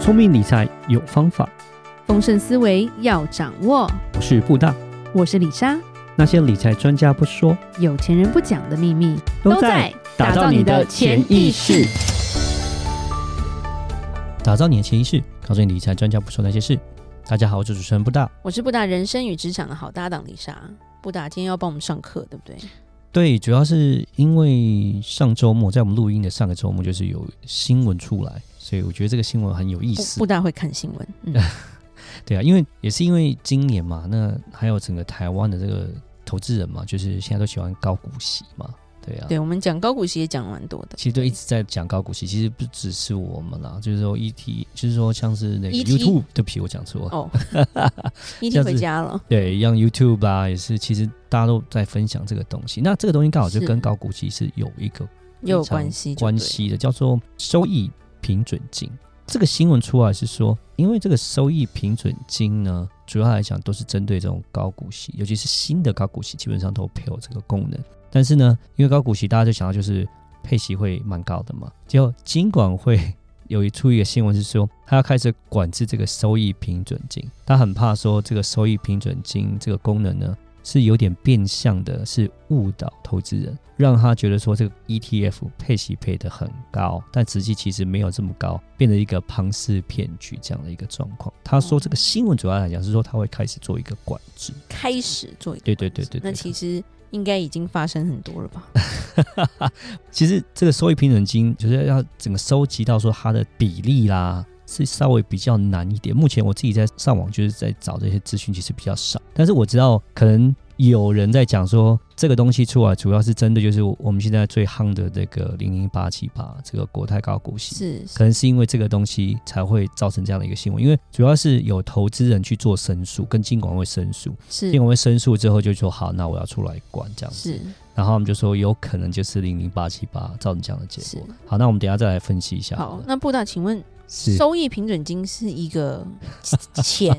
聪明理财有方法，丰盛思维要掌握。我是布大。我是李莎，那些理财专家不说，有钱人不讲的秘密打造你的潜意识。，打造你的潜意识，告诉你理财专家不说那些事。大家好，我是主持人布大。我是布达人生与职场的好搭档李莎。布达今天要帮我们上课，对不对？对，主要是因为上周末在我们录音的上个周末，就是有新闻出来，所以我觉得这个新闻很有意布思。布达会看新闻，嗯，对啊，因为也是因为今年嘛，那还有整个台湾的这个投资人嘛，就是现在都喜欢高股息嘛，对啊，对我们讲高股息也讲 蛮多的。其实都一直在讲高股息，其实不只是我们啦，就是说 ET，就是说像是那个 ET YouTube，对不起，我讲错了，E 哦，一这样定子回家了。对，像 YouTube 啊，也是，其实大家都在分享这个东西。那这个东西刚好就是跟高股息是有一个也有非常关系就对关系的，叫做收益平准金。这个新闻出来是说，因为这个收益平准金呢，主要来讲都是针对这种高股息，尤其是新的高股息，基本上都配有这个功能。但是呢，因为高股息，大家就想到就是配息会蛮高的嘛。结果金管会 有一出一个新闻是说，他要开始管制这个收益平准金，他很怕说这个收益平准金这个功能呢是有点变相的，是误导投资人，让他觉得说这个 ETF 配息配得很高，但实际其实没有这么高，变成一个庞氏骗局这样的一个状况。他说这个新闻主要来讲是说他会开始做一个管制，开始做一个，对对对对对那其实应该已经发生很多 了吧？其实这个收益平准金就是要整个收集到说它的比例啦，是稍微比较难一点。目前我自己在上网就是在找这些资讯，其实比较少。但是我知道可能有人在讲说，这个东西出来主要是针对就是我们现在最夯的这个零零八七八这个国泰高股息。是，是可能是因为这个东西才会造成这样的一个新闻，因为主要是有投资人去做申诉，跟金管会申诉，金是管会申诉之后就说好，那我要出来管这样子。是然后他们就说有可能就是零零八七八，照你讲的结是果。。好，那我们等一下再来分析一下好好了。，那布达，请问是收益平准金是一个 钱，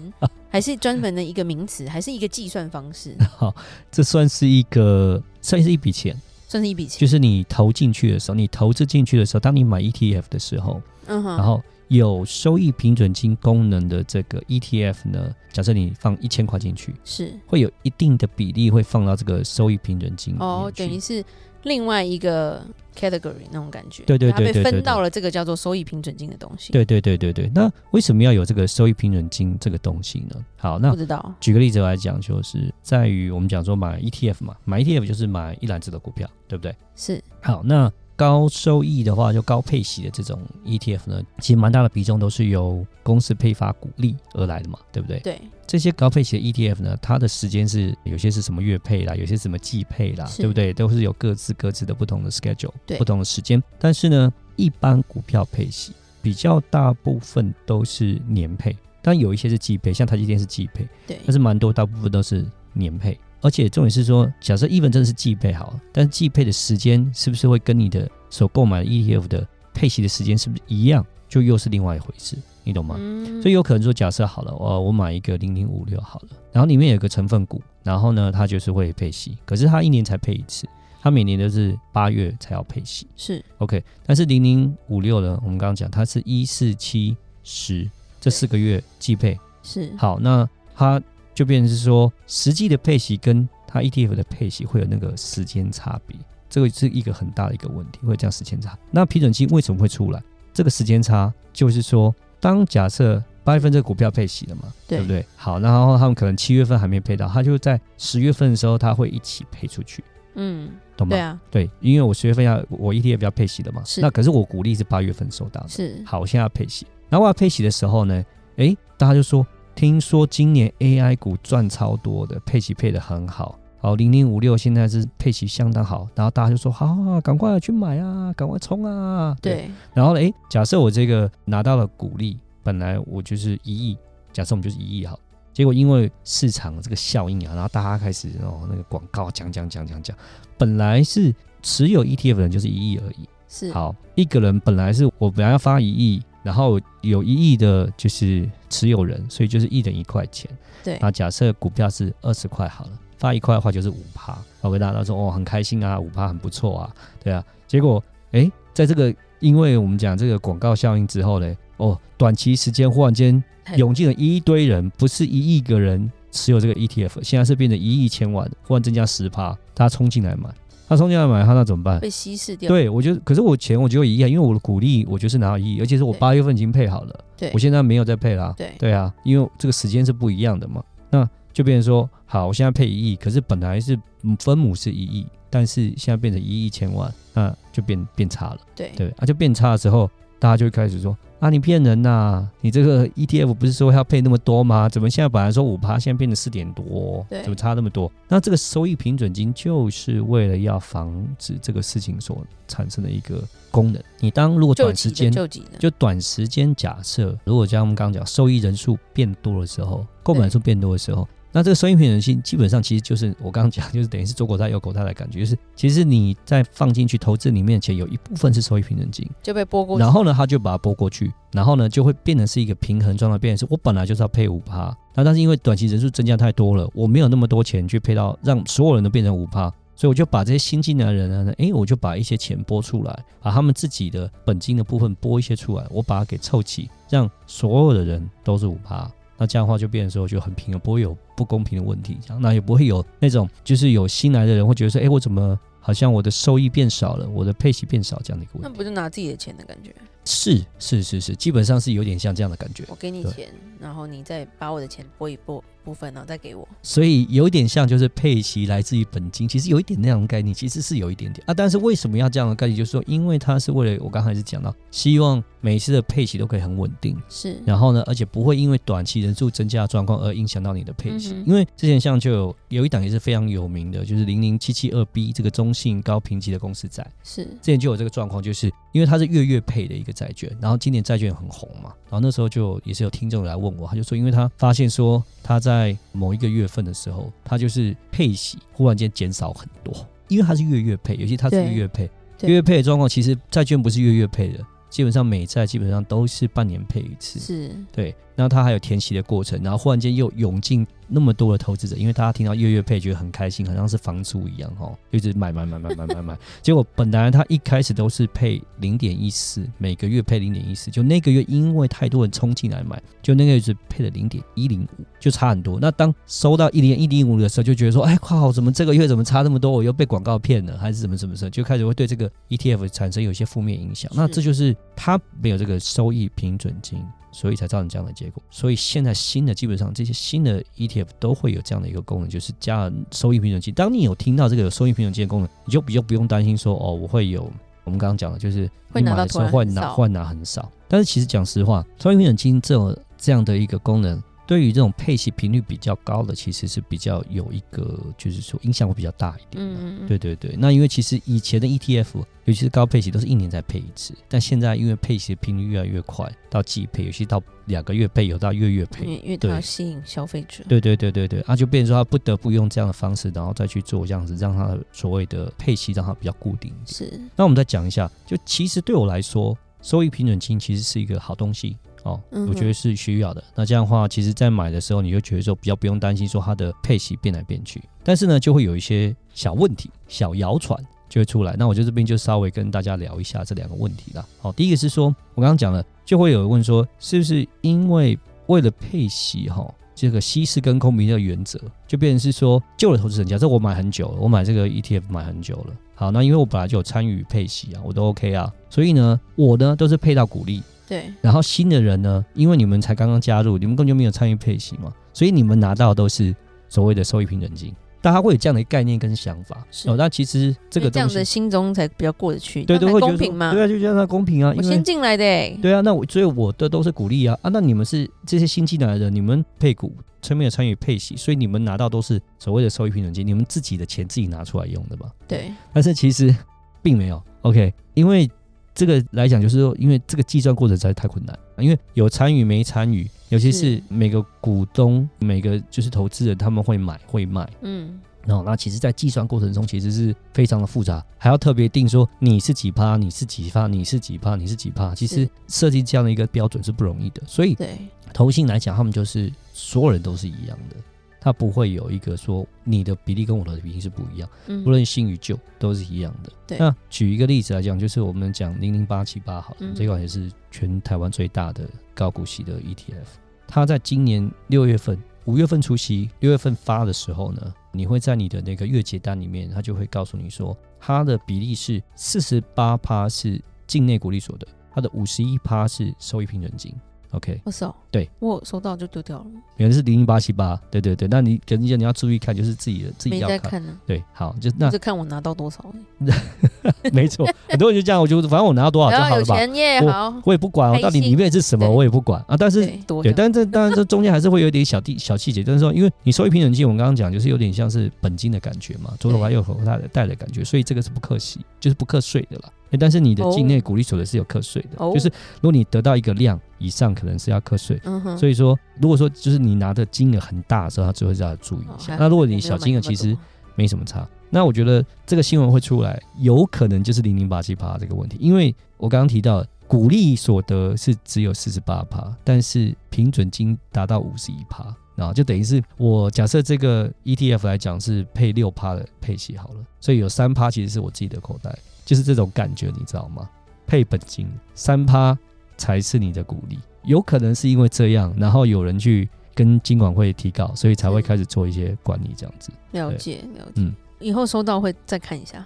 还是专门的一个名词，还是一个计算方 式？好，这算是一个算是一笔钱，算是一笔钱就。是你投进去的时候，你投资进去的时候，当你买 ETF 的时候，嗯哼，然后有收益平准金功能的这个 ETF 呢，假设你放一千块进去，是会有一定的比例会放到这个收益平准金里哦，面去等于是另外一个 category 那种感觉，对对它被对对对分对到了这个叫做收益平准金的东西。，对对对对对。那为什么要有这个收益平准金这个东西呢？好，那不知道举个例子来讲，就是在于我们讲说买 ETF 嘛，买 ETF 就是买一篮子的股票，对不对？是好，那高收益的话，就高配息的这种 ETF 呢，其实蛮大的比重都是由公司配发股利而来的嘛，对不对？对这些高配息的 ETF 呢，它的时间是有些是什么月配啦，有些什么季配啦，是对不对？都是有各自各自的不同的 schedule，对不同的时间。但是呢，一般股票配息比较大部分都是年配，但有一些是季配，像台积电是季配。对，但是蛮多大部分都是年配，而且重点是说，假设 even 真的是季配好了，但是季配的时间是不是会跟你的所购买的 ETF 的配息的时间是不是一样，就又是另外一回事，你懂吗？嗯所以有可能说，假设好了，呃，我买一个零零五六好了，然后里面有个成分股，然后呢，它就是会配息，可是它一年才配一次，它每年都是八月才要配息。是 OK，但是零零五六呢，我们刚刚讲它是一四七十这四个月季配，是好，那它就变成是说，实际的配息跟它 ETF 的配息会有那个时间差别，这个是一个很大的一个问题，会有这样时间差。那批准金为什么会出来？这个时间差就是说，当假设八月份这个股票配息了嘛，对不对？好，然后他们可能七月份还没配到，他就在十月份的时候，他会一起配出去，嗯，懂吗？对啊，对因为我十月份要我 ETF 要配息的嘛，是那可是我股利是八月份收到的，是好，我现在要配息。然后我要配息的时候呢，诶，大家就说，听说今年 AI 股赚超多的，配息配的很好。好，零零五六现在是配息相当好，然后大家就说，好好好，赶快去买啊，赶快冲啊。。对然后呢，诶，假设我这个拿到了股利，本来我就是一亿，假设我们就是一亿好，结果因为市场这个效应啊，然后大家开始哦那个广告讲讲讲讲讲，本来是持有 ETF 的人就是一亿而已。是好，一个人本来是我本来要发一亿，然后有一亿的就是持有人，所以就是一人一块钱。对那假设股票是二十块好了，发一块的话就是五趴。我跟大家说哦，很开心啊，五趴很不错啊，对啊。结果诶，在这个因为我们讲这个广告效应之后呢，哦，短期时间忽然间很涌进了一堆人，不是一亿个人持有这个 ETF，现在是变成一亿千万，忽然增加十趴，大家冲进来买，他冲进来买，他那怎么办？被稀释掉。对，我觉得，可是我钱我只有一亿啊，因为我的股利我就是拿到一亿，而且是我对八月份已经配好了，对我现在没有再配啦。对对啊，因为这个时间是不一样的嘛，那就变成说，好，我现在配一亿，可是本来是嗯分母是一亿，但是现在变成一亿千万，那就变变差了。对对，啊，就变差的时候，大家就会开始说啊，你骗人呐、你这个 ETF 不是说要配那么多吗？怎么现在本来说五趴，现在变成四点多，对怎么差那么多？那这个收益平准金就是为了要防止这个事情所产生的一个功能。你当如果救短时急间的救急的，就短时间假设，如果像我们刚刚讲，受益人数变多的时候，购买人数变多的时候，那这个收益平准金基本上其实就是我刚刚讲，就是等于是左狗带右狗带的感觉，就是其实你在放进去投资里面的钱有一部分是收益平准金，就被拨过去然。后呢，他就把它拨过去，然后呢就会变成是一个平衡状态，变成是我本来就是要配五趴，那但是因为短期人数增加太多了，我没有那么多钱去配到让所有人都变成五趴，所以我就把这些新进来的人呢，诶，哎我就把一些钱拨出来，把他们自己的本金的部分拨一些出来，我把它给凑齐，让所有的人都是五趴。那这样的话就变成说就很平衡，不会有不公平的问题，这样那也不会有那种就是有新来的人会觉得说，诶，哎我怎么好像我的收益变少了，我的配息变少这样的一个问题那。不就拿自己的钱的感觉？是是是是，基本上是有点像这样的感觉，我给你对钱，然后你再把我的钱拨一拨部分，然后再给我。所以有点像就是配息来自于本金，其实有一点那样的概念，其实是有一点点啊。但是为什么要这样的概念？就是说，因为它是为了我刚才是讲到，希望每一次的配息都可以很稳定，是，然后呢，而且不会因为短期人数增加的状况而影响到你的配息。嗯哼因为之前像就有有一档也是非常有名的，就是零零七七二 B 这个中信高评级的公司债。是之前就有这个状况，就是因为它是月月配的一个债券，然后今年债券很红嘛，然后那时候就也是有听众来问我，他就说，因为他发现说他在某一个月份的时候，他就是配息忽然间减少很多，因为它是月月配，尤其它是对月月配，对月月配的状况其实债券不是月月配的，基本上每债基本上都是半年配一次，是，对，然后它还有填息的过程，然后忽然间又涌进那么多的投资者，因为大家听到月月配觉得很开心，好像是房租一样哦，就一直买买买买买买买。结果本来它一开始都是配零点一四，每个月配零点一四，就那个月因为太多人冲进来买，就那个月只配了零点一零五，就差很多。那当收到一零一零五的时候，就觉得说，哎靠，怎么这个月怎么差这么多？我又被广告骗了，还是怎么怎么怎么，就开始会对这个 ETF 产生有一些负面影响。那是这就是它没有这个收益平准金，所以才造成这样的结果。所以现在新的基本上这些新的 ETF 都会有这样的一个功能，就是加了收益平准金。当你有听到这个有收益平准金的功能，你就比较不用担心说，哦，我会有。我们刚刚讲的就是会你拿买到的时候突会然很拿少会拿很少，但是其实讲实话，收益平准金这种这样的一个功能，对于这种配息频率比较高的，其实是比较有一个就是说影响会比较大一点、嗯，嗯，嗯，对对对，那因为其实以前的 ETF，尤其是高配息，都是一年才配一次，但现在因为配息的频率越来越快，到季配，尤其到两个月配，有到月月因为配。因为它对要吸引消费者。对对对对对，啊，就变成说他不得不用这样的方式，然后再去做这样子，让他的所谓的配息让它比较固定一点。是，那我们再讲一下，就其实对我来说，收益平准金其实是一个好东西哦，嗯哼我觉得是需要的。那这样的话，其实在买的时候，你就觉得说比较不用担心说它的配息变来变去，但是呢，就会有一些小问题、小谣传。就会出来，那我就这边就稍微跟大家聊一下这两个问题啦。好，第一个是说，我刚刚讲了，就会有人问说，是不是因为为了配息哈、这个稀释跟空比的原则，就变成是说，旧的投资人，假设我买很久了，我买这个 ETF 买很久了，好，那因为我本来就有参与配息啊，我都 OK 啊，所以呢，我呢都是配到股利，对，然后新的人呢，因为你们才刚刚加入，你们根本就没有参与配息嘛，所以你们拿到的都是所谓的收益平准金，大家会有这样的概念跟想法，是哦，那其实这因为个这样东的西，心中才比较过得去，对这对，样才会觉公得平说嘛。对啊，就觉得它公平啊，我因为先进来的欸，对啊，那我所以我的都是鼓励啊啊，那你们是这些新进来的，你们配股，村民有参与配息，所以你们拿到都是所谓的收益平准金，你们自己的钱自己拿出来用的吧？对，但是其实 并没有 OK，因为这个来讲就是说，因为这个计算过程实在太困难，因为有参与没参与，尤其是是每个股东、每个就是投资人他们会买会卖。嗯，哦，那其实，在计算过程中其实是非常的复杂，还要特别定说你是几趴，你是几趴，你是几趴，你是几趴。其实是设计这样的一个标准是不容易的，所以对，投信来讲，他们就是所有人都是一样的，它不会有一个说你的比例跟我的比例是不一样，嗯不论新与旧都是一样的。对那举一个例子来讲，就是我们讲零零八七八好了，嗯这款也是全台湾最大的高股息的 ETF，它在今年六月份。五月份出息，六月份发的时候呢，你会在你的那个月结单里面，它就会告诉你说，它的比例是四十八趴是境内股利所得，它的五十一趴是收益平准金。OK，我收，对我有收到就丢掉了，原来是零零八七八，对对对，那你可能你要注意看，就是自己的自己没要在看，看呢，对，好，就我那就看我拿到多少而已， 没错，很多人哦就这样，我就反正我拿到多少就然好后有了吧，钱耶，我好，我也不管、哦、开心到底里面是什么，对我也不管啊，但是。对多对，这样但是这当然这中间还是会有一点小地小细节，但是说，因为你收益平准金，我们刚刚讲就是有点像是本金的感觉嘛，左手拿右手带的带的感觉，所以这个是不课息，就是不课税的啦。诶但是你的哦境内股利所得是有课税的，哦就是如果你得到一个量以上，可能是要课税。嗯哼，所以说，如果说就是你拿的金额很大的时候，他就会要注意哦一下。还那如果我没你有小买金额那其么实多没什么差，那我觉得这个新闻会出来，有可能就是零零八七八这个问题，因为我刚刚提到股利所得是只有四十八趴，但是平准金达到五十一趴。啊，就等于是我假设这个 ETF 来讲是配六趴的配息好了，所以有三趴其实是我自己的口袋，就是这种感觉，你知道吗？配本金三趴才是你的鼓励。有可能是因为这样，然后有人去跟金管会提告，所以才会是开始做一些管理这样子，了对解了解嗯，以后收到会再看一下，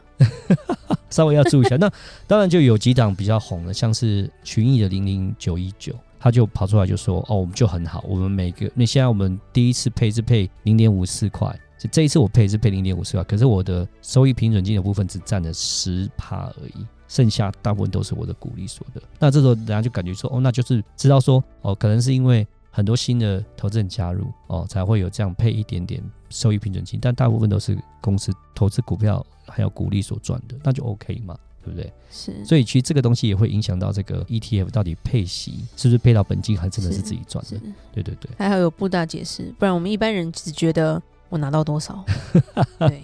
稍微要注意一下。那当然就有几档比较红的，像是群益的零零九一九。他就跑出来就说：“哦，我们就很好，我们每个那现在我们第一次配是配零点五四块，就这一次我配是配零点五四块，可是我的收益平准金的部分只占了十趴而已，剩下大部分都是我的股利所得。那这时候人家就感觉说，哦，那就是知道说，哦，可能是因为很多新的投资人加入，哦，才会有这样配一点点收益平准金，但大部分都是公司投资股票还有股利所赚的，那就 OK 嘛，对不对？是，所以其实这个东西也会影响到这个 ETF 到底配息是不是配到本金，还真的是是自己赚的是。对对对。还好有布大解释，不然我们一般人只觉得我拿到 多少，对，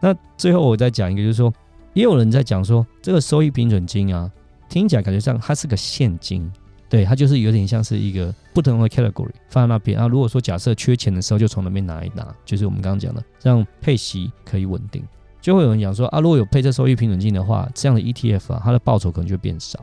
那最后我再讲一个，就是说，也有人在讲说，这个收益平准金啊，听起来感觉上它是个现金，对，它就是有点像是一个不同的 category 放在那边啊。如果说假设缺钱的时候，就从那边拿一拿，就是我们刚刚讲的，让配息可以稳定。就会有人讲说啊，如果有配这收益平准金的话，这样的 ETF 啊，它的报酬可能就变少、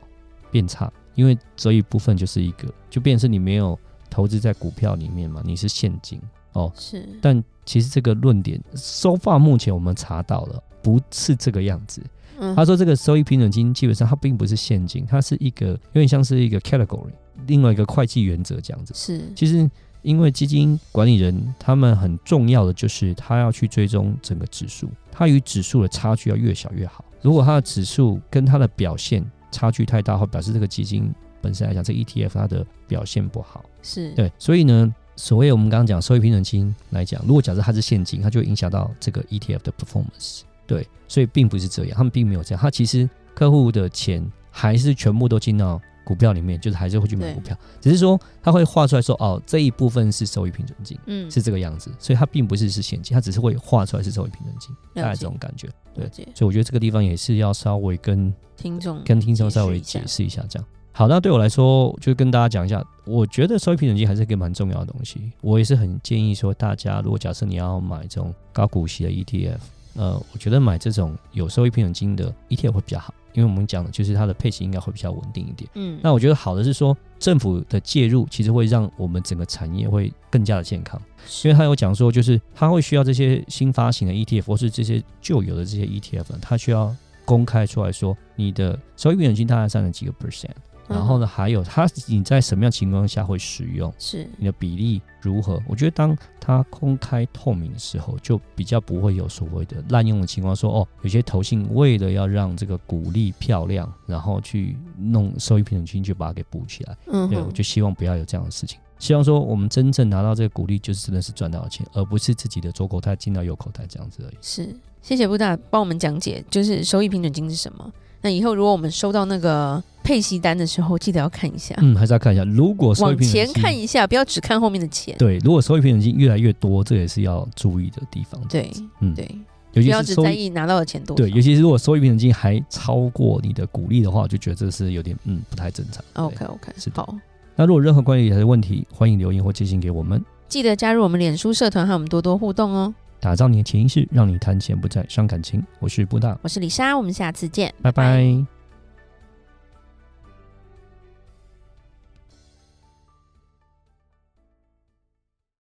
变差，因为这一部分就是一个，就变成是你没有投资在股票里面嘛，你是现金哦，是，但其实这个论点收发目前我们查到了不是这个样子。嗯他说这个收益平准金基本上它并不是现金，它是一个有点像是一个 category，另外一个会计原则这样子。是，其实因为基金管理人他们很重要的就是他要去追踪整个指数，它与指数的差距要越小越好。如果它的指数跟它的表现差距太大的话，表示这个基金本身来讲，这 ETF 它的表现不好。是，对，所以呢，所谓我们刚刚讲收益平准金来讲，如果假设它是现金，它就会影响到这个 ETF 的 performance。对，所以并不是这样，他们并没有这样，它其实客户的钱还是全部都进到股票里面，就是还是会去买对股票，只是说他会画出来说，哦，这一部分是收益平准金。嗯，是这个样子，所以它并不是是现金，它只是会画出来是收益平准金，大概了这解种感觉。对了解，所以我觉得这个地方也是要稍微跟听众跟听众稍微解解释释一下，这样。好，那对我来说，就跟大家讲一下，我觉得收益平准金还是一个蛮重要的东西。我也是很建议说，大家如果假设你要买这种高股息的 ETF，呃，我觉得买这种有收益平准金的 ETF 会比较好，因为我们讲的就是它的配息应该会比较稳定一点。嗯，那我觉得好的是说，政府的介入其实会让我们整个产业会更加的健康，因为他有讲说，就是他会需要这些新发行的 ETF 或是这些旧有的这些 ETF，呢他需要公开出来说你的收益平准金大概占了几个 percent，然后呢呢，还有它你在什么样情况下会使用，是你的比例如何？我觉得当它公开透明的时候，就比较不会有所谓的滥用的情况。说哦，有些投信为了要让这个股利漂亮，然后去弄收益平准金，就把它给补起来。嗯对，哼我就希望不要有这样的事情。希望说我们真正拿到这个股利，就是真的是赚到钱，而不是自己的左口袋进到右口袋这样子而已。是，谢谢布大帮我们讲解，就是收益平准金是什么。那以后如果我们收到那个配息单的时候，记得要看一下，嗯，还是要看一下，如果收益往平前准金看一下，不要只看后面的钱。对，如果收益平准金越来越多，这也是要注意的地方。对嗯对，尤不其要是只收在益意拿到的钱多少。对，尤其是如果收益平准金还超过你的股利的话，我就觉得这是有点嗯不太正常。对 OK OK，是的好，那如果有任何关于理财的问题，欢迎留言或寄信给我们。记得加入我们脸书社团和我们多多互动哦。打造你的潜意识，让你谈钱不再伤感情。我是布大，我是李莎，我们下次见，拜拜